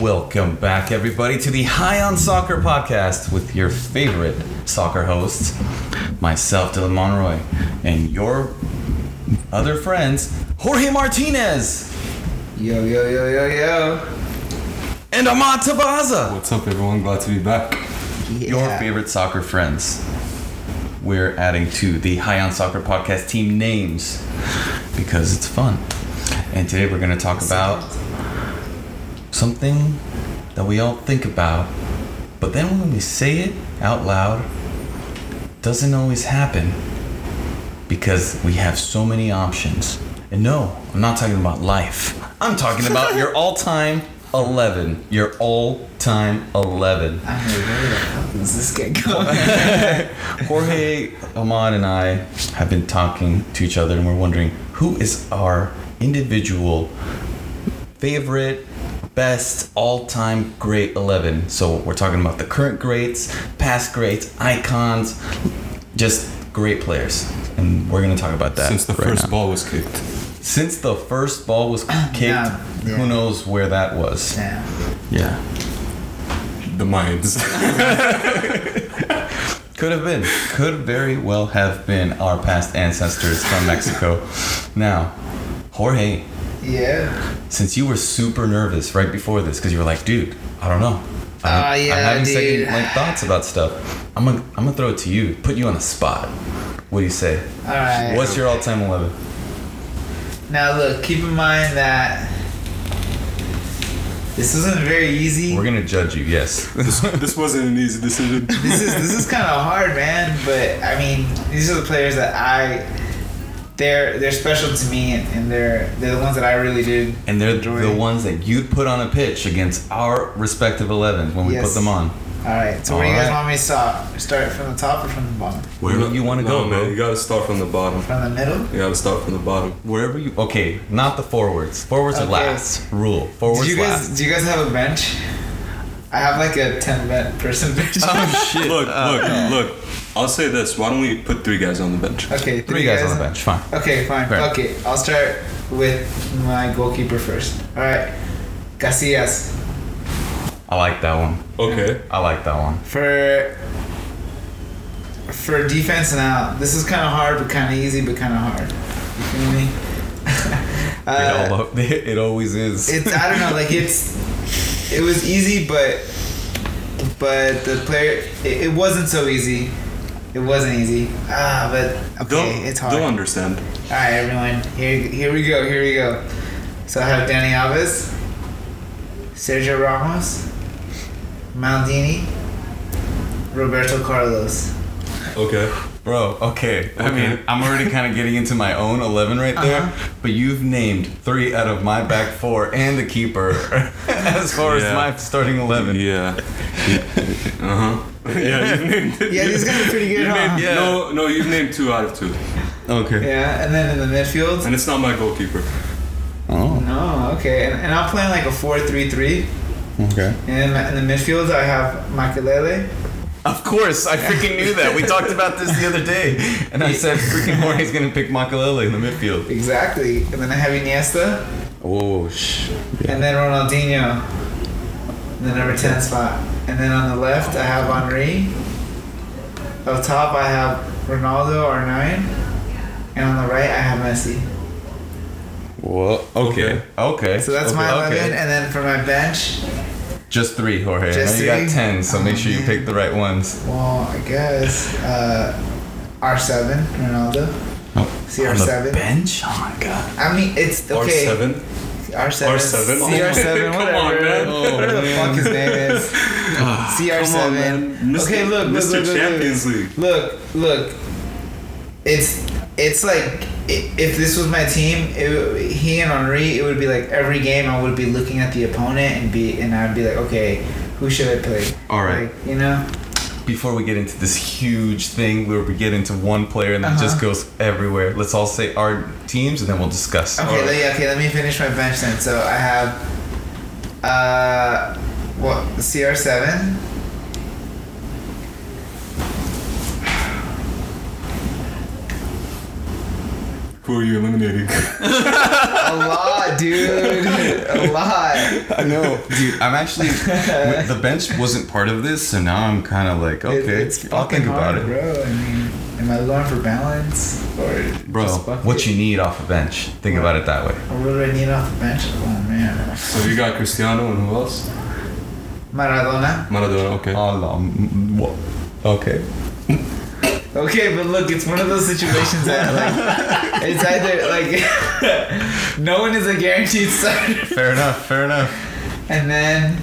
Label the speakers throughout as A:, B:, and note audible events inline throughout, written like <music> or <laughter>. A: Welcome back, everybody, to the High on Soccer podcast with your favorite soccer hosts, myself, Dylan Monroy, and your other friends, Jorge Martinez
B: Yo, yo, yo, yo, yo.
A: and Ahmad Tabaza,
C: What's up, everyone? Glad to be back.
B: Yeah.
A: your favorite soccer friends. We're adding to the High on Soccer podcast team names because it's fun. And today we're going to talk about something that we all think about, but then when we say it out loud, doesn't always happen because we have so many options. And no, I'm not talking about life. I'm talking about your all-time 11. Your all-time 11.
B: I don't know where the hell does this get going?
A: Jorge, Ahmad, and I have been talking to each other, and we're wondering who is our individual favorite, best, all-time great eleven. So we're talking about the current greats, past greats, icons, just great players, and we're gonna talk about that
C: Since the
A: right
C: first
A: now.
C: ball was kicked.
A: Since the first ball was kicked,
B: Yeah.
A: who knows where that was?
B: Damn.
A: Yeah,
C: The mines.
A: could have been, could very well have been our past ancestors from Mexico. now, Jorge.
B: Yeah.
A: Since you were super nervous right before this, because you were like, dude, I don't know. I don't-
B: Ah, yeah,
A: I'm having
B: dude.
A: second like thoughts about stuff. I'm gonna I'm gonna throw it to you, put you on the spot. What do you say?
B: All right.
A: What's your all time eleven?
B: Now look, keep in mind that this wasn't very easy.
A: We're gonna judge you,
B: <laughs>
A: yes.
C: this, this wasn't an easy decision.
B: this is this is kind of hard, man. But I mean, these are the players that I they're they're special to me, and, and they're they're the ones that I really did.
A: And they're the
B: enjoy.
A: ones that you'd put on a pitch against our respective elevens when we put
B: Yes.
A: them on.
B: All right. So where do you
A: All
B: guys
A: right.
B: want me to start? Start from the top or from the bottom?
A: Where do you wanna
C: No,
A: go,
C: man?
A: bro?
C: You gotta start from the bottom.
B: From the middle?
C: You gotta start from the bottom.
A: Wherever you okay, not the forwards. Forwards are
B: Okay.
A: last. Rule. Forwards
B: Do you guys
A: last.
B: do you guys have a bench? I have like a ten ben- person <laughs> bench.
A: Oh shit.
C: Look,
A: Uh,
C: look, look. I'll say this. Why don't we put three guys on the bench?
B: okay,
A: Three guys on the bench, fine.
B: Okay, fine.
A: Fair.
B: Okay, I'll start with my goalkeeper first. All right, Casillas
A: I like that one.
C: Okay.
A: I like that one.
B: for for defense now. This is kind of hard, but kind of easy, but kind of hard. You feel me? <laughs>
A: it,
B: uh,
A: al- <laughs> it always is.
B: it's I don't know, like it's it was easy, but but the player it, it wasn't so easy. It wasn't easy. Ah, but okay,
C: Don't,
B: it's hard.
C: don't understand.
B: All right, everyone. Here, here we go. Here we go. So I have Danny Alves, Sergio Ramos, Maldini, Roberto Carlos.
C: Okay.
A: Bro, okay. I
C: Okay.
A: mean, I'm already kind of getting into my own 11 right there, but you've named three out of my back four and the keeper <laughs> as far as
C: Yeah.
A: my starting 11.
C: Yeah. uh huh. Yeah. You named it.
B: Yeah, these guys are pretty good,
C: You
B: huh?
C: named,
A: Yeah.
C: No, no. You've named two out of two,
A: Okay.
B: Yeah, and then in the midfield.
C: and it's not my goalkeeper.
A: Oh,
B: No, okay, and, and I'm playing like a four-three-three.
A: okay.
B: And in, in the midfield, I have Makelele.
A: Of course, I freaking knew that. We talked about this the other day, and I said freaking Jorge's going to pick Makalele in the midfield.
B: Exactly. And then I have Iniesta.
A: Oh, shh.
B: And then Ronaldinho, in the number 10 spot. And then on the left, I have Henri. Up top, I have Ronaldo, R9. And on the right, I have Messi.
A: Well, okay. Okay.
B: So that's
A: okay,
B: my
A: okay.
B: 11. And then for my bench,
A: Just three, Jorge.
B: Just
A: I know you
B: three?
A: got 10, so make
B: Oh,
A: sure you
B: man.
A: pick the right ones.
B: well, I guess uh, R7, Ronaldo.
A: Oh, On the
B: CR7.
A: bench? Oh, my God.
B: I mean, it's okay.
C: R seven.
B: R7.
C: R7? Oh
B: CR7, whatever.
C: my- <laughs> come on, man. Ah,
A: Oh,
B: Whatever the
A: man.
B: fuck his name
C: <laughs>
B: is. CR7.
C: Come on, man. Mr.
B: Okay, look, look,
C: Mr.
B: look, look,
C: Champions
B: look.
C: League.
B: Look, look. It's it's like i- if this was my team, it, w- he and Henri, it would be like every game I would be looking at the opponent and be and I'd be like, okay, who should I play?
A: All right.
B: Like, you know.
A: Before we get into this huge thing where we get into one player and that just
B: Uh-huh.
A: goes everywhere, let's all say our teams and then we'll discuss.
B: Okay, let, yeah, okay. Let me finish my bench then. So I have, uh, what CR seven.
A: <laughs>
C: Who are you eliminating?
B: a lot, dude. A lot.
C: I know.
A: Dude, I'm actually the bench wasn't part of this, so now I'm kind of like, okay,
B: It-
A: I'll think
B: fucking
A: about
B: hard,
A: it,
B: bro. I mean, am I going for balance or
A: bro.
B: just fuck
A: What
B: it?
A: you need off a bench? Think about it that way.
B: Or what do I need off the bench? Oh man,
C: So you got Cristiano and who else?
B: Maradona.
C: Maradona. Okay.
A: Oh, no, mm, wha-
B: <laughs>
A: Okay.
B: Okay, but look, it's one of those situations that like
A: <laughs>
B: it's either like <laughs> no one is a guaranteed starter,
A: Fair enough. Fair enough.
B: and then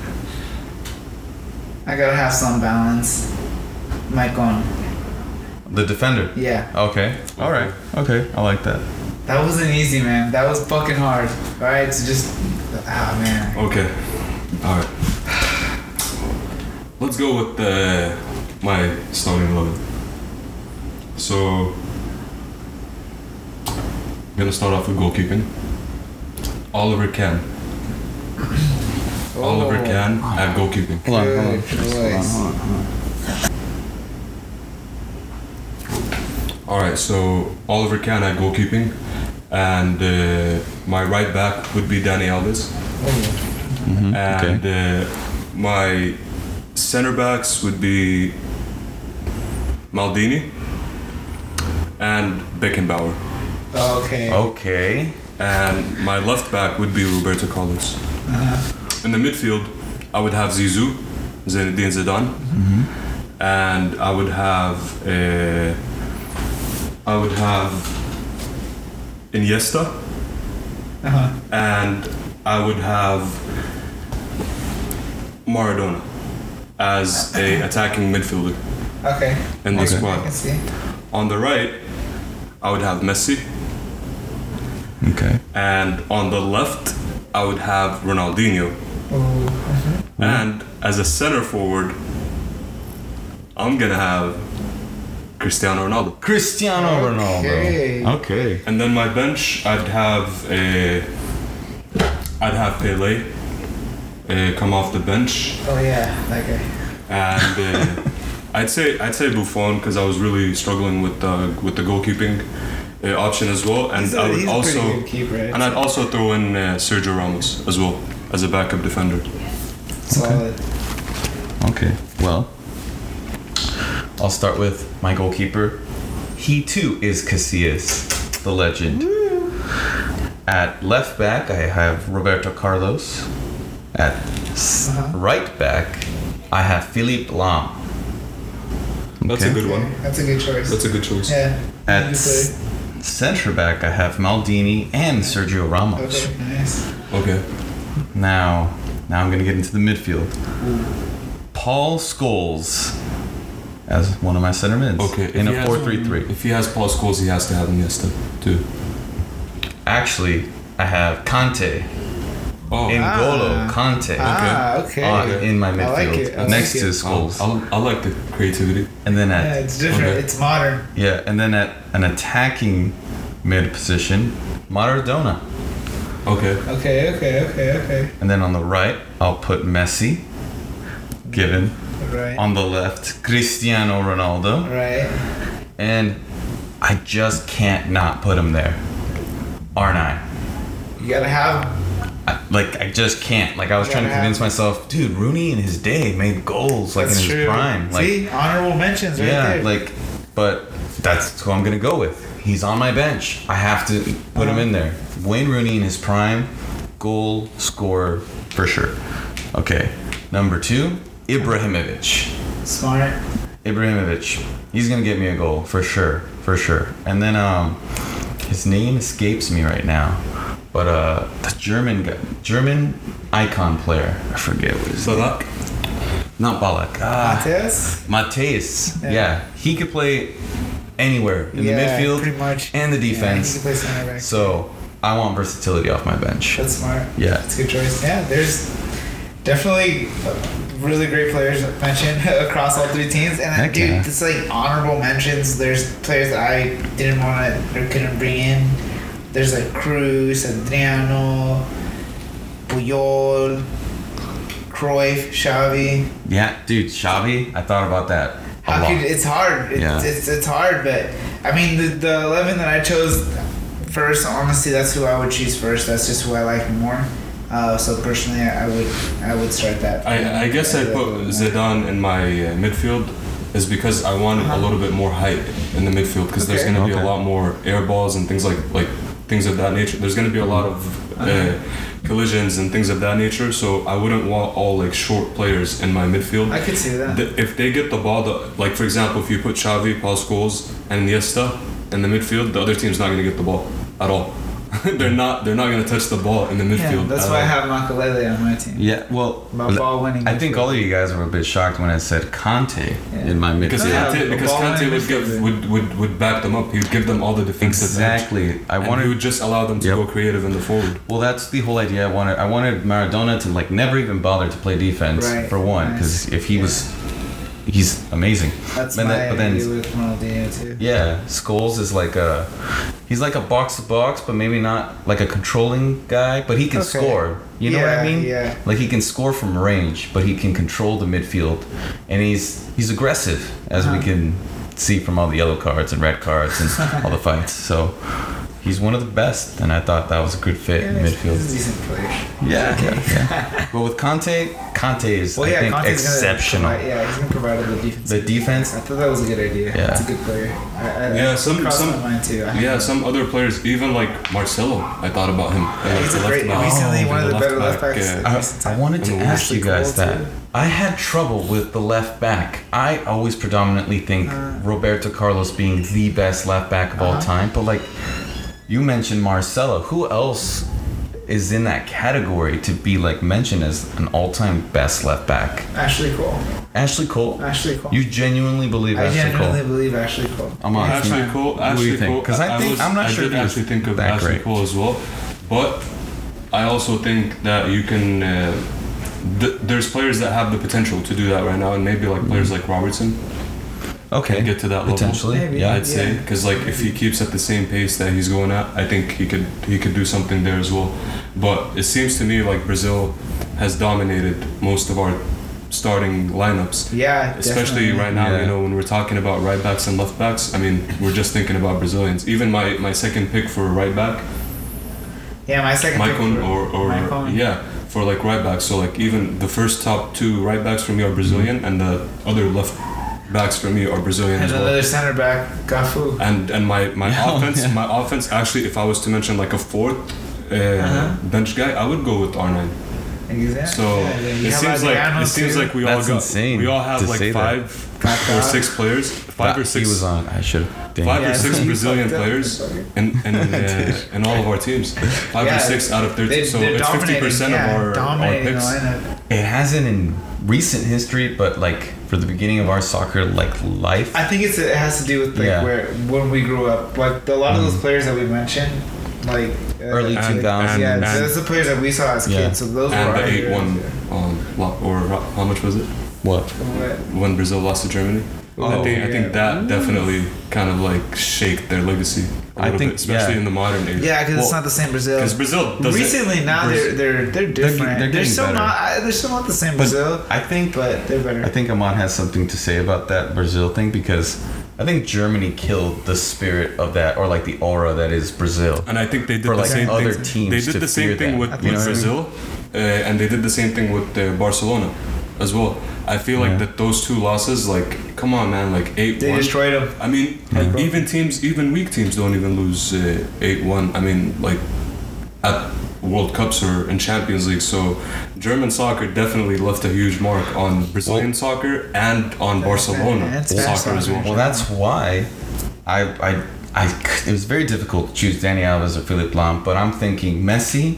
B: I gotta have some balance. Mike on,
A: The defender.
B: yeah.
A: Okay. All right. Okay. I like that.
B: That wasn't easy, man. That was fucking hard. All right, so just ah man.
C: Okay. All right. Let's go with uh, my starting eleven. So I'm gonna start off with goalkeeping. Oliver Kahn. Oliver
B: Oh.
C: Kahn at goalkeeping.
A: Hold on. Hold on.
B: Good choice.
A: Hold on, hold on.
C: All right. So Oliver Kahn at goalkeeping, and uh, my right back would be Danny Alves.
B: Oh,
A: Mhm,
C: and
A: Okay.
C: uh, my center backs would be Maldini and Beckenbauer,
B: Oh, Okay.
A: Oh. Okay.
C: and my left back would be Roberto Carlos. In the midfield, I would have Zizou, Zinedine Zidane, and I would have uh, I would have Iniesta
B: Uh-huh.
C: and I would have Maradona as a attacking midfielder
B: Okay.
C: in the
A: Okay.
B: I can
C: squad.
B: see.
C: On the right, I would have Messi,
A: Okay.
C: and on the left, I would have Ronaldinho.
B: Oh.
C: And as a center forward, I'm gonna have Cristiano Ronaldo.
A: Cristiano
B: Okay.
A: Ronaldo. Okay.
C: And then my bench, I'd have a, I'd have Pele uh, come off the bench.
B: Oh yeah, that guy. <laughs>
C: and uh, I'd say I'd say Buffon because I was really struggling with the with the goalkeeping uh, option as well, and
B: He's a-
C: I
B: he's
C: would
B: a
C: also
B: pretty good keeper.
C: and I'd also throw in uh, Sergio Ramos as well as a backup defender.
B: solid.
A: Okay. Well, I'll start with my goalkeeper. He too is Casillas, the legend. At left back, I have Roberto Carlos. At s-
B: Uh-huh.
A: right back, I have Philippe Lam.
C: That's a
A: Okay.
C: good
B: Okay,
C: one.
B: That's a good choice.
C: That's a good choice.
B: yeah.
A: At
B: good
A: s- center back, I have Maldini and Sergio
B: play.
A: Ramos.
B: Okay, nice.
C: Okay.
A: Now, now I'm gonna get into the midfield. Paul Scholes as one of my center mids.
C: Okay.
A: In
C: If he
A: a
C: has-
A: four-three-three.
C: If he has Paul Scholes, he has to have Iniesta too.
A: Actually, I have Conte.
C: Oh.
A: N'Golo
B: Ah.
A: Conte.
B: Ah, okay.
A: on- in my
B: I
A: midfield,
B: like it. I
A: next
B: like
A: to
B: it.
A: Scholes,
C: I, I like the creativity.
A: and then
B: Yeah,
A: at
B: it's different.
C: Okay.
B: It's modern.
A: yeah. and then at an attacking mid position, Maradona,
C: Okay.
B: Okay, okay, okay, okay.
A: and then on the right, I'll put Messi, given
B: Right.
A: on the left, Cristiano Ronaldo,
B: right.
A: and I just can't not put him there, R9.
B: You gotta have.
A: I, like I just can't. Like I was
B: You
A: trying to
B: gotta
A: convince
B: have-
A: myself, dude. Rooney in his day made goals like
B: That's
A: in his
B: true.
A: prime. Like
B: See, honorable mentions right
A: yeah,
B: there.
A: like, but that's who I'm gonna go with. He's on my bench. I have to put
B: Uh-huh.
A: him in there. Wayne Rooney in his prime, goal scorer for sure. Okay, number two, Ibrahimovic.
B: smart.
A: Ibrahimovic, he's gonna get me a goal for sure, for sure. And then um, his name escapes me right now, but uh, the German guy, German icon player. I forget what his
C: So that.
A: not Balak. Ah,
B: Matthias.
A: Mateus.
B: Yeah.
A: Yeah. he could play anywhere in
B: Yeah,
A: the midfield
B: pretty much.
A: and the
B: Yeah, he can
A: defense.
B: play center back.
A: so I want versatility off my bench.
B: That's smart.
A: Yeah.
B: That's a good choice. Yeah, there's definitely really great players mentioned <laughs> across all three teams. And I
A: Heck
B: dude,
A: yeah.
B: it's like honorable mentions. There's players that I didn't want to or couldn't bring in. There's like Cruz, Adriano, Puyol, Cruyff, Xavi.
A: Yeah, dude, Xavi. I thought about that a
B: How
A: lot.
B: could, it's hard. It's,
A: Yeah.
B: it's, it's hard, but I mean, the, the 11 that I chose first, honestly, that's who I would choose first. That's just who I like more. Uh, so personally, I, I would I would start that.
C: I, I guess I put Zidane in my uh, midfield is because I wanted a little bit more height in the midfield because there's
B: Uh-huh. Okay.
C: going to be
A: Okay.
C: a lot more air balls and things like like things of that nature. There's going to be a lot of
B: Uh-huh.
C: uh, collisions and things of that nature. So I wouldn't want all like short players in my midfield.
B: I could see that.
C: The- if they get the ball, the, like for example, if you put Xavi, Paul Scholes, and Niesta in the midfield, the other team's not going to get the ball at all. <laughs> they're not. They're not going to touch the ball in the midfield.
B: Mm. Yeah, that's
C: at
B: why I
C: all.
B: have Makalele on my team.
A: Yeah, well,
B: My ball winning.
A: I think all of you guys were a bit shocked when I said Conte in my midfield.
C: Because
B: Yeah,
C: Kante,
B: the
C: because
B: ball
C: Kante
B: in
C: would,
B: midfield.
C: give, would, would would back them up. He would give them all the defensive edge.
A: Exactly. I
C: And he
A: wanted.
C: would just allow them to
A: Yep.
C: go creative in the forward.
A: Well, that's the whole idea. I wanted. I wanted Maradona to like never even bother to play defense
B: Right,
A: for one,
B: nice.
A: because if he was, he's amazing.
B: that's
A: but
B: my
A: then- but then-
B: idea with Ronaldinho too.
A: Yeah, Scholes is like a, he's like a box to box, but maybe not like a controlling guy. But he can
B: Okay.
A: score. You know what I
B: Yeah,
A: mean?
B: yeah.
A: Like he can score from range, but he can control the midfield, and he's he's aggressive, as we can see from all the yellow cards and red cards <laughs> and all the fights. So he's one of the best, and I thought that was a good fit in
B: he's- He's a
A: midfield.
B: decent player.
A: Yeah, yeah, yeah. but with Conte, Conte is I think
B: Conte's gonna
A: exceptional.
B: provide- yeah, he's gonna provide all the defense.
A: The defense.
B: I thought that was a good idea.
A: Yeah.
B: It's a good player. I, I,
C: Yeah, some-
B: crossed
C: some-
B: my mind too. I-
C: Yeah, some other players, even like Marcelo, I thought about him.
B: Yeah, he's a great, recently
A: Oh,
B: one of the
C: the
B: better left
C: left back,
B: backs.
C: yeah.
B: in
A: I,
B: recent
A: I
B: time.
A: wanted to
C: And
A: ask you
C: Wesley
A: guys
B: Cole,
A: that.
B: too.
A: I had trouble with the left back. I always predominantly think
B: Uh.
A: Roberto Carlos being the best left back of
B: Uh-huh.
A: all time, but like you mentioned Marcelo, who else is in that category to be like mentioned as an all-time best left back?
B: Ashley Cole.
A: Ashley Cole.
B: Ashley Cole.
A: You genuinely believe
B: I
A: Ashley
B: genuinely
A: Cole?
B: believe Ashley Cole.
A: I'm on.
C: Ashley Cole.
A: What do
C: Ashley
A: you think?
C: Cole.
A: 'Cause I think-
C: was-
A: I'm not
C: I
A: sure
C: did
A: if he was
C: actually think of
A: that
C: Ashley
A: great.
C: Cole as well, but I also think that you can. Uh, th- there's players that have the potential to do that right now, and maybe like
A: Mm.
C: players like Robertson.
A: Okay.
C: Get to that level.
A: Potentially.
B: Maybe.
A: Yeah.
C: I'd say because like if he keeps at the same pace that he's going at, I think he could he could do something there as well. But it seems to me like Brazil has dominated most of our starting lineups.
B: Yeah,
C: Especially
B: definitely.
C: right now,
A: Yeah.
C: you know, when we're talking about right backs and left backs, I mean, we're just thinking about Brazilians. Even my, my second pick for right back,
B: Yeah, my second. pick
C: Maicon
B: for-
C: or, or
B: Maicon.
C: yeah, for like right backs. So like even the first top two right backs for me are Brazilian, and the other left backs for me are Brazilian
B: And
C: as well.
B: another center back, Gafu.
C: And and my
B: <laughs>
C: my
A: Yeah,
C: offense,
A: yeah.
C: my offense. Actually, if I was to mention like a fourth uh,
B: Uh-huh.
C: bench guy, I would go with R9.
B: Exactly.
C: So
B: Yeah, yeah, you
C: it
B: have
C: seems like
B: Adriano
C: it seems
B: too. Uh-huh.
C: like we
A: That's
C: all got
A: insane
C: we all have
A: to
C: like
A: say that.
C: five
B: Kaká.
C: or six players, five
A: That-
C: or six,
A: He was on. I should have.
C: five
B: Yeah,
C: or six
B: he
C: Brazilian
B: fucked up.
C: players in
A: <laughs>
C: in, uh, in all of our teams. Five
B: Yeah,
C: or six out of thirty.
B: They,
C: so
B: they're
C: it's fifty
B: dominating,
C: percent of
B: yeah,
C: our, our
B: dominating
C: picks.
B: the lineup.
A: It hasn't in recent history, but like for the beginning of our soccer like life.
B: I think it's it has to do with like
A: Yeah. Mm-hmm.
B: where when we grew up. Like the- a lot of those players that we mentioned, like uh,
A: Early
C: And-
A: 2000s.
B: Yeah,
C: and-
B: that's the players that we saw as
A: Yeah.
B: kids. So those were
C: And
B: our
C: the eight
B: heroes.
C: one, um, lo- or ho- how much was it
A: What?
B: But-
C: when Brazil lost to Germany? I
A: Oh,
C: think, I
B: yeah.
C: think that definitely kind of like shaked their legacy
A: I
C: a little
A: think-
C: bit, especially
A: yeah.
C: in the modern age.
B: Yeah, because
A: Well,
B: it's not the same Brazil.
C: Because Brazil doesn't.
B: Recently, now they're
C: Brazil-
B: they're they're different. They're,
A: they're getting
B: still
A: better.
B: not. I- They're still not the same
A: But
B: Brazil,
A: I think
B: but they're better.
A: I think Amon has something to say about that Brazil thing because I think Germany killed the spirit of that or like the aura that is Brazil.
C: and I think they did
A: For,
C: the
A: like,
C: same
A: other
C: thing.
A: teams
C: they
A: to
C: did the
A: fear
C: same thing
A: that.
C: with,
A: I
C: with
A: think so.
C: Brazil, uh, and they did the same thing with uh, Barcelona as well. I feel like
A: Yeah.
C: that those two losses, like, come on, man, like eight
B: they
C: one.
B: destroyed them.
C: I mean, even teams, even weak teams, don't even lose uh, eight one. I mean, like at World Cups or in Champions League. So German soccer definitely left a huge mark on Brazilian soccer and on Barcelona
B: and Spanish
C: soccer as
B: soccer.
C: well.
A: Well, that's why I I I c- it was very difficult to choose Danny Alves or Philippe Lam, but I'm thinking Messi.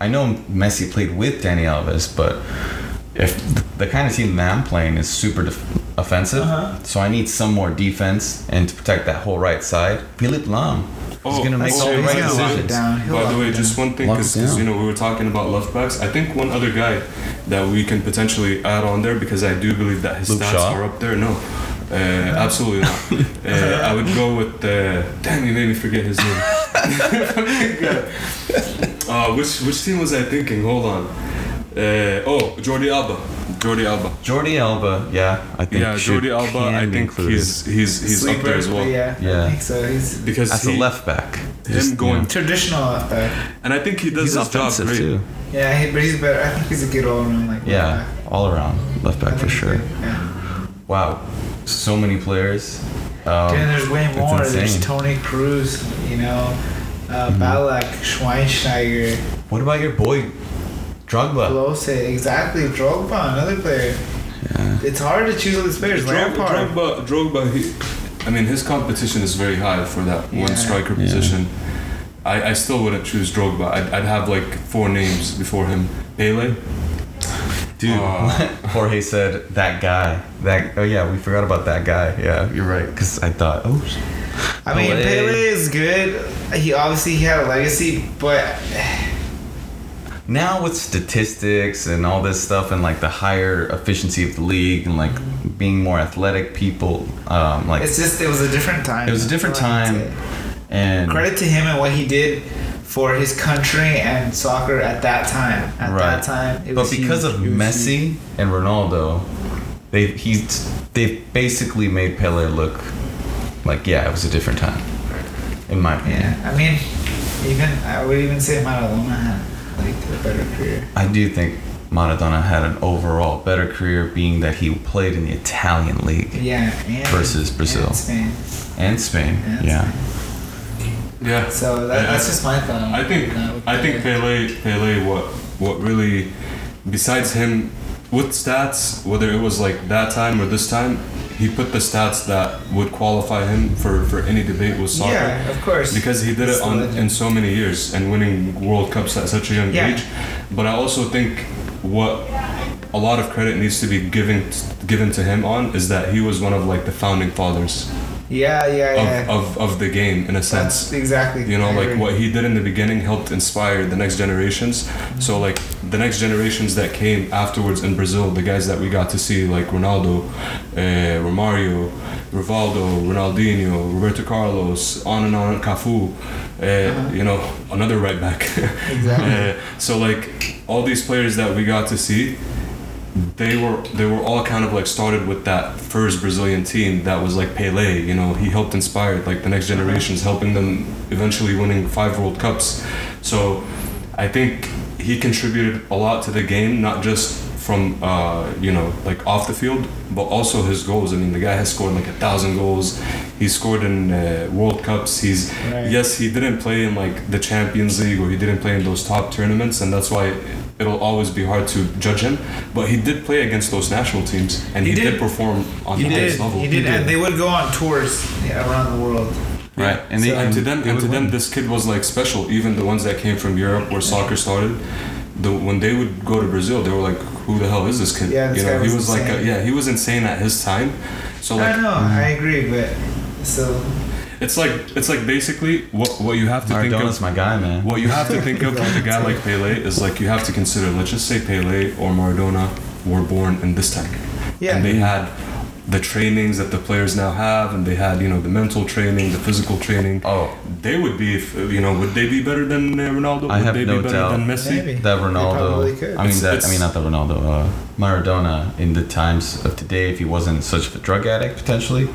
A: I know Messi played with Danny Alves, but if the kind of team that I'm playing is super def- offensive,
B: Uh-huh.
A: so I need some more defense and to protect that whole right side. Philippe Lam is
C: Oh,
A: going to make
B: that's
A: all the
B: true.
A: right
B: He's gonna lock it
A: decisions.
B: down. He'll
C: By
B: lock
C: the way,
B: it
C: just one thing,
A: Lock it
C: because
A: down.
C: you know we were talking about left backs. I think one other guy that we can potentially add on there because I do believe that his
A: Luke
C: stats
A: Shaw?
C: are up there. No, uh, absolutely
A: <laughs>
C: not. uh, I would go with. Uh, damn, you made me forget his name. <laughs> uh, which which team was I thinking? Hold on. Uh, oh, Jordi Alba. Jordi Alba.
A: Jordi Alba, yeah, I think
C: Yeah,
A: should-
C: Jordi Alba.
A: can
C: I
A: be
C: think
A: included
C: he's he's he's up
B: Sleeper,
C: there as well.
B: Yeah,
A: Yeah.
B: I think so. He's
C: Because
A: as
C: he,
A: a left back.
C: him going,
B: Traditional left back.
C: and I think he does
A: He's
C: his job
A: offensive
C: great.
A: too.
B: Yeah, he, but he's better. I think he's a good all around like.
A: Yeah, all around left back for sure.
B: Yeah.
A: Wow, so many players.
B: Dude,
A: Um,
B: there's way
A: it's
B: more. There's
A: insane.
B: Tony Cruz, you know, uh, Balak, Schweinsteiger,
A: what about your boy, Drogba?
B: Klose, exactly. Drogba, another player.
A: Yeah.
B: It's hard to choose all these players.
C: Drog-
B: Lampard.
C: Drogba, Drogba he, I mean, his competition is very high for that
B: Yeah.
C: one striker
A: Yeah.
C: position. I, I still wouldn't choose Drogba. I'd, I'd have like four names before him. Pele,
A: Dude,
C: Uh,
A: <laughs> Jorge said that guy. That oh yeah, we forgot about that guy. Yeah, you're right. Cause I thought oh
B: I mean,
A: Pele.
B: Pele is good. He obviously he had a legacy, but
A: now with statistics and all this stuff and like the higher efficiency of the league and like being more athletic people um like
B: Mm-hmm. it's just it was a different time.
A: it was a different
B: That's it.
A: time and
B: Credit to him and what he did for his country and soccer at that time. At that time, it
A: but
B: was
A: because
B: huge.
A: of
B: It was huge.
A: Messi and Ronaldo, they he's they basically made Pele look like yeah, it was a different time, in my opinion.
B: Yeah, I mean, even I would even say Maradona had like a better career.
A: I do think Maradona had an overall better career, being that he played in the Italian league
B: Yeah, and,
A: Versus Brazil.
B: and Spain.
A: and Spain.
B: And
A: yeah,
C: yeah.
B: So that,
C: Yeah.
B: that's just my thought.
C: I think
B: Uh, with
C: I think
B: Pele.
C: Pele Pele what what really besides him with stats whether it was like that time or this time he put the stats that would qualify him for for any debate with soccer
B: Yeah, of course.
C: because he did
B: He's
C: it
B: a
C: on
B: legend.
C: in so many years and winning World Cups at such a young
B: Yeah.
C: age but I also think what a lot of credit needs to be given given to him on is that he was one of like the founding fathers
B: yeah, yeah,
C: of,
B: yeah.
C: of, of the game in a sense
B: That's exactly.
C: you know
B: I
C: like
B: agree.
C: what he did in the beginning helped inspire the next generations so like the next generations that came afterwards in brazil the guys that we got to see like ronaldo uh, romario rivaldo ronaldinho roberto carlos on and on cafu uh, you know another right back
B: Uh-huh.
C: <laughs>
B: Exactly.
C: Uh, so like all these players that we got to see they were they were all kind of like started with that first Brazilian team that was like Pele, you know, he helped inspire like the next generations, helping them eventually winning five World Cups. So I think he contributed a lot to the game, not just from uh, you know like off the field, but also his goals. I mean, the guy has scored like a thousand goals. He scored in uh, World Cups. He's
B: Right.
C: yes, he didn't play in like the Champions League or he didn't play in those top tournaments, and that's why it'll always be hard to judge him. But he did play against those national teams, and
B: He
C: he, did.
B: did.
C: perform on
B: He
C: the
B: did.
C: highest level.
B: He did,
A: did.
B: and they would go on tours yeah, around the world.
A: right. And, they,
C: and, to them,
A: they
C: and to
A: would
C: them,
A: win.
C: this kid was like special. Even the ones that came from Europe, where soccer started, the, when they would go to Brazil, they were like, "Who the hell is this kid?"
B: Yeah, this
C: you know,
B: guy was
C: he was like,
B: insane.
C: a, yeah, he was insane at his time. So
B: I
C: like, mm.
B: know, I agree, but so
C: it's like it's like basically what what you have to think of.
A: Maradona's my guy, man.
C: What you have to think of with a guy like Pele is like you have to consider. Let's just say Pele or Maradona were born in this time,
B: Yeah.
C: and they had the trainings that the players now have, and they had you know the mental training, the physical training.
A: Oh,
C: They would be, if, you know, would they be better than uh, Ronaldo?
A: I
C: would
A: have
C: they
A: no
C: be better
A: doubt.
C: than Messi?
B: Maybe.
A: that
B: probably
A: Ronaldo.
B: could.
A: I mean,
C: It's-
A: that, I
C: it's-
A: mean, not that Ronaldo. Uh, Maradona in the times of today, if he wasn't such a drug addict, potentially,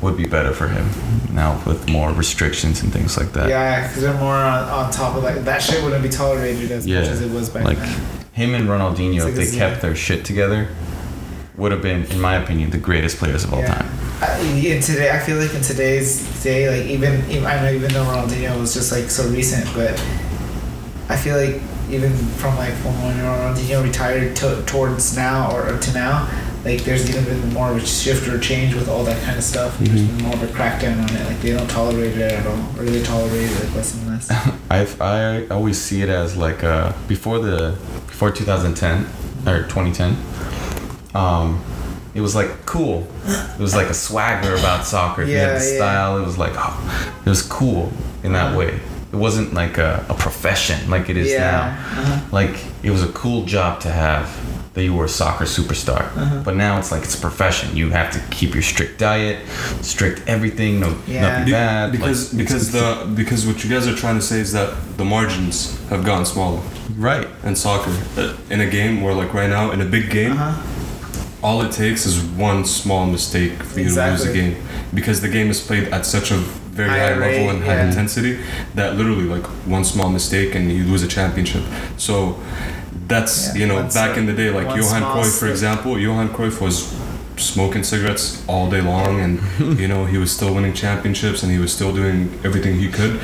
A: would be better for him now with more restrictions and things like that.
B: yeah, because they're more on, on top of like that shit wouldn't be tolerated as
A: Yeah,
B: much as it was back
A: like
B: then.
A: him and Ronaldinho,
B: It's
A: if
B: like
A: they
B: a
A: kept their shit together, would have been, in my opinion, the greatest players of all time.
B: I, in today, I feel like in today's day, like even, even I know even though Ronaldinho was just like so recent, but I feel like even from like from when Ronaldinho retired to, towards now or, to now, like there's even been more of a shift or change with all that kind of stuff. There's
C: Mm-hmm.
B: been more of a crackdown on it. Like they don't tolerate it at all, or they tolerate it like less and less.
A: I I always see it as like uh, before the before 2010 or 2010. Um, it was like cool. It was like a swagger about soccer. If you had
B: Yeah,
A: the
B: yeah.
A: style. It was like oh, it was cool in that
B: Uh-huh.
A: way. It wasn't like a, a profession like it is now.
B: Uh-huh.
A: Like it was a cool job to have that you were a soccer superstar. But now it's like it's a profession. You have to keep your strict diet, strict everything. No,
B: Yeah.
A: nothing
C: Be-
A: bad.
C: because
A: like,
C: because the because what you guys are trying to say is that the margins have gotten smaller
A: right.
C: in soccer. Uh, In a game where like right now in a big
B: Uh-huh.
C: game, all it takes is one small mistake for you to lose
B: Exactly.
C: a game because the game is played at such a very
B: High
C: high, level
B: rate,
C: and high
B: yeah.
C: intensity that literally like one small mistake and you lose a championship. So that's
B: Yeah,
C: you know
B: one
C: back in the day like
B: one
C: Johan
B: small
C: Cruyff for
B: slip.
C: example. Johan Cruyff was smoking cigarettes all day long
B: <laughs>
C: and you know he was still winning championships and he was still doing everything he could.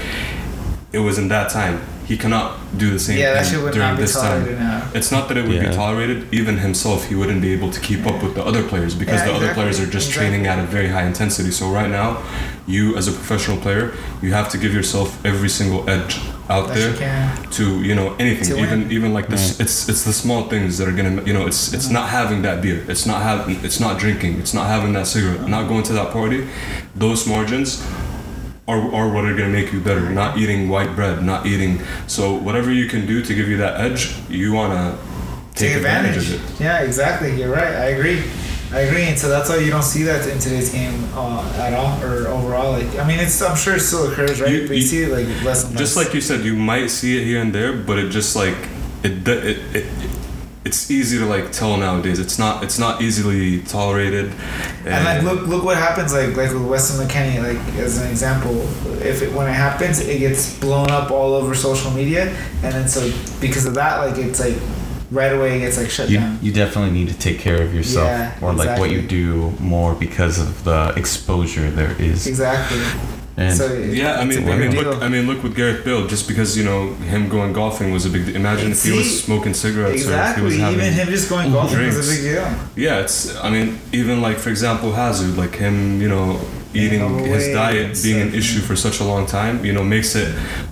C: It was in that time. He cannot do the same
B: yeah, that
C: thing
B: shit would
C: during
B: not be
C: this time.
B: tolerated now.
C: It's not that it would
A: Yeah.
C: be tolerated. Even himself, he wouldn't be able to keep up with the other players because
B: Yeah,
C: the other
B: exactly,
C: players are just
B: exactly.
C: training at a very high intensity. So right now, you as a professional player, you have to give yourself every single edge out
B: That
C: there
B: shit can.
C: to you know anything.
B: To win.
C: even even like this, it's it's the small things that are gonna you know it's it's not having that beer. It's not having it's not drinking. It's not having that cigarette. Not going to that party. Those margins. Are, are what are gonna make you better? Not eating white bread, not eating. So whatever you can do to give you that edge, you wanna take, advantage. of it.
B: Yeah, exactly. You're right. I agree. I agree. And so that's why you don't see that in today's game uh, at all or overall. Like, I mean, it's I'm sure it still occurs, right?
C: You-
B: but you,
C: you-
B: see it like less and less.
C: Just like you said, you might see it here and there, but it just like it do- it. it, it it's easy to like tell nowadays. It's not. It's not easily tolerated.
B: And like, look, look what happens. Like, like with Weston McKinney, like as an example, if it when it happens, it gets blown up all over social media, and then so because of that, like it's like right away it gets like shut
A: You,
B: down.
A: you definitely need to take care of yourself
B: Yeah,
A: or like what you
B: exactly.
A: do more because of the exposure there is.
B: Exactly.
A: And
B: so it-
C: Yeah, I
B: it's a
C: mean, I
B: bigger
C: mean,
B: deal.
C: look, I mean, look with Gareth Bale. Just because you know him going golfing was a big. de- Imagine if he
B: See?
C: was smoking cigarettes or if
B: exactly.
C: he was having.
B: Even him just going golfing was
C: drinks.
B: a big deal.
C: Yeah, it's. I mean, even like for example, Hazard, like him, you know, eating
B: Being
C: his
B: overweight
C: diet
B: and
C: being an
B: stuff.
C: issue for such a long time, you know, makes it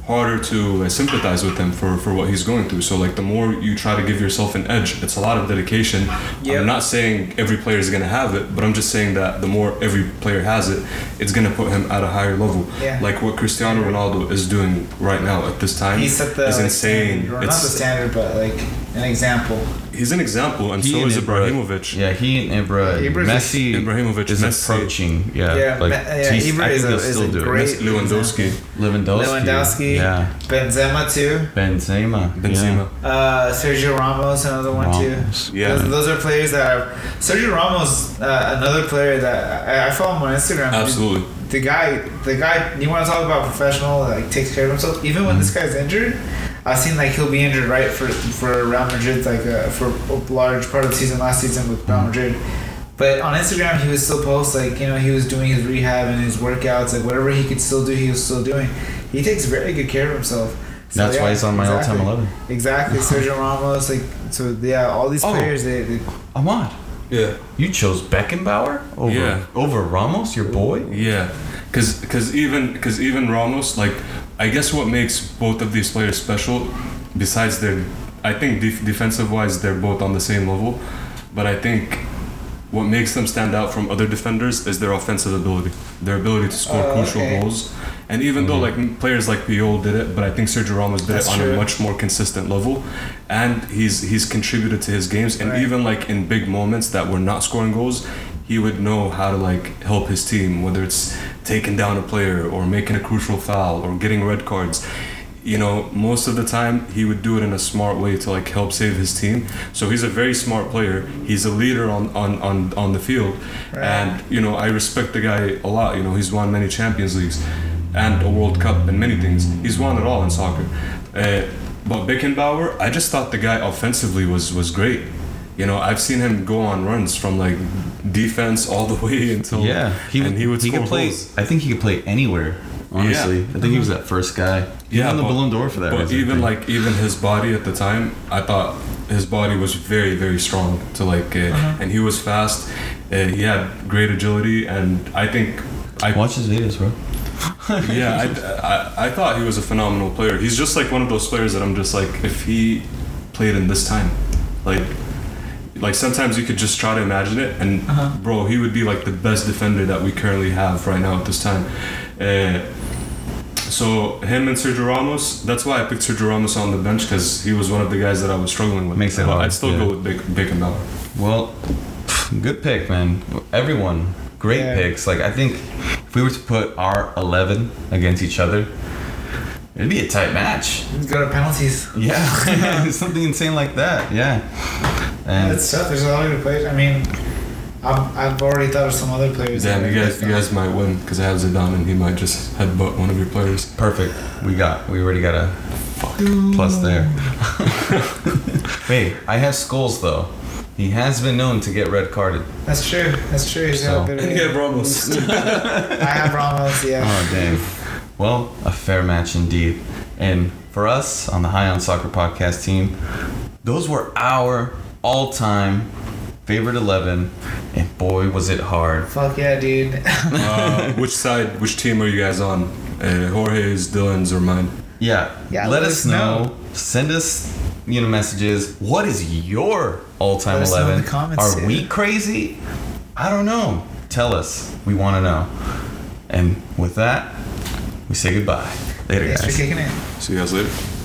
C: harder to uh, sympathize with him for for what he's going through. So like, the more you try to give yourself an edge, it's a lot of dedication.
B: Yep.
C: I'm not saying every player is gonna have it, but I'm just saying that the more every player has it, it's gonna put him at a higher level.
B: Yeah.
C: Like what Cristiano Ronaldo is doing right now at this time
B: He set the
C: is
B: like,
C: insane.
B: standard, or not the
C: It's,
B: standard, but like an example.
C: he's an example, and
A: he
C: so
A: and
C: is
A: Ibra-
C: Ibrahimovic.
A: Yeah, he and Ibra.
B: Ibra's
A: Messi
C: Ibrahimovic,
A: is
C: Messi.
A: approaching. Yeah,
B: Yeah,
A: like
B: Ma- yeah,
A: he's-
B: Ibra
A: I
B: is
A: think they'll
B: a- is a
A: still do
B: great-
A: it.
C: Lewandowski,
A: Lewandowski.
B: Lewandowski.
A: Yeah,
B: Benzema too.
A: Benzema.
C: Benzema.
B: Uh, Sergio Ramos, another one
A: Ramos.
B: too.
C: Yeah.
B: those, those are players that are. Sergio Ramos, uh, another player that I, I follow him on Instagram.
C: Absolutely.
B: The guy, the guy. You want to talk about professional? Like takes care of himself. Even when
A: Mm-hmm.
B: this guy's injured, I've seen like he'll be injured right for for Real Madrid, like uh, for a large part of the season last season with
A: Mm-hmm.
B: Real Madrid. But on Instagram, he was still post like you know he was doing his rehab and his workouts, like whatever he could still do, he was still doing. He takes very good care of himself. So,
A: That's
B: yeah,
A: why he's on my all-time
B: exactly.
A: eleven.
B: Exactly,
A: <laughs>
B: Sergio Ramos, like so. Yeah, all these
A: Oh.
B: players. They, they
A: Ahmad,
C: Yeah.
A: you chose Beckenbauer over
C: Yeah.
A: over Ramos, your boy.
C: Yeah, because even because even Ramos, like I guess what makes both of these players special, besides their, I think def- defensive wise they're both on the same level, but I think what makes them stand out from other defenders is their offensive ability, their ability to score
B: Oh,
C: crucial
B: okay.
C: goals. And even though like m- players like Piol did it, but I think Sergio Ramos did
B: That's
C: it on
B: true.
C: a much more consistent level, and he's he's contributed to his games. And
B: Right.
C: even like in big moments that were not scoring goals, he would know how to like help his team, whether it's taking down a player or making a crucial foul or getting red cards. You know, most of the time he would do it in a smart way to like help save his team. So he's a very smart player. He's a leader on on on, on the field,
B: Right.
C: and you know I respect the guy a lot. You know he's won many Champions Leagues, and a World Cup and many things. He's won it all in soccer. Uh, but Beckenbauer, I just thought the guy offensively was was great. You know I've seen him go on runs from like defense all the <laughs> way until
A: Yeah,
C: he and he would score
A: could play.
C: goals.
A: I think he could play anywhere. Honestly, I think he was that first guy. He
C: Yeah,
A: won the
C: but-
A: Ballon d'Or for that.
C: But
A: reason, I
C: even
A: think.
C: like even his body at the time, I thought his body was very very strong to like, uh, and he was fast. Uh, he had great agility, and I think I
A: watch his videos, bro.
C: yeah, I, I, I thought he was a phenomenal player. He's just like one of those players that I'm just like, if he played in this time, like, like sometimes you could just try to imagine it, and
B: Uh-huh.
C: bro, he would be like the best defender that we currently have right now at this time. Uh, so him and Sergio Ramos, that's why I picked Sergio Ramos on the bench because he was one of the guys that I was struggling with.
A: Makes it
C: but
A: hard,
C: I'd still
A: yeah.
C: go with Bic- Beckenbauer.
A: Well, good pick, man. Everyone, great
B: Yeah.
A: picks. Like I think if we were to put our eleven against each other, it'd be a tight match.
B: go to penalties.
A: <laughs>
C: <laughs>
A: Yeah, something insane like that. Yeah, and
B: That's tough. There's a lot of good players. I mean, I've, I've already thought of some other players.
C: Damn,
B: that
C: you
B: I
C: guys,
B: missed
C: you
B: on.
C: guys might win because I have Zidane and he might just headbutt one of your
A: <laughs>
C: players.
A: Perfect. We got. We already got a plus there. <laughs> Wait, I have skulls though. He has been known to get red carded.
B: That's true. That's true. He's got
A: So-
B: a bit of- I have Ramos. Yeah.
A: Oh dang. <laughs> Well, a fair match indeed. And for us on the High on Soccer podcast team, those were our all-time favorite eleven, and boy was it hard.
B: Fuck yeah, dude.
C: uh, which side, which team are you guys on? Uh, Jorge's, Dylan's, or mine?
A: Yeah.
B: Yeah,
A: let, us know. Send us you know messages. What is your all-time
B: Let us know in
A: eleven?
B: the comments,
A: Are
B: yeah.
A: we crazy? I don't know. Tell us. We want to know. And with that, we say goodbye. Later,
B: Thanks
A: guys.
B: for kicking it.
C: See you guys later.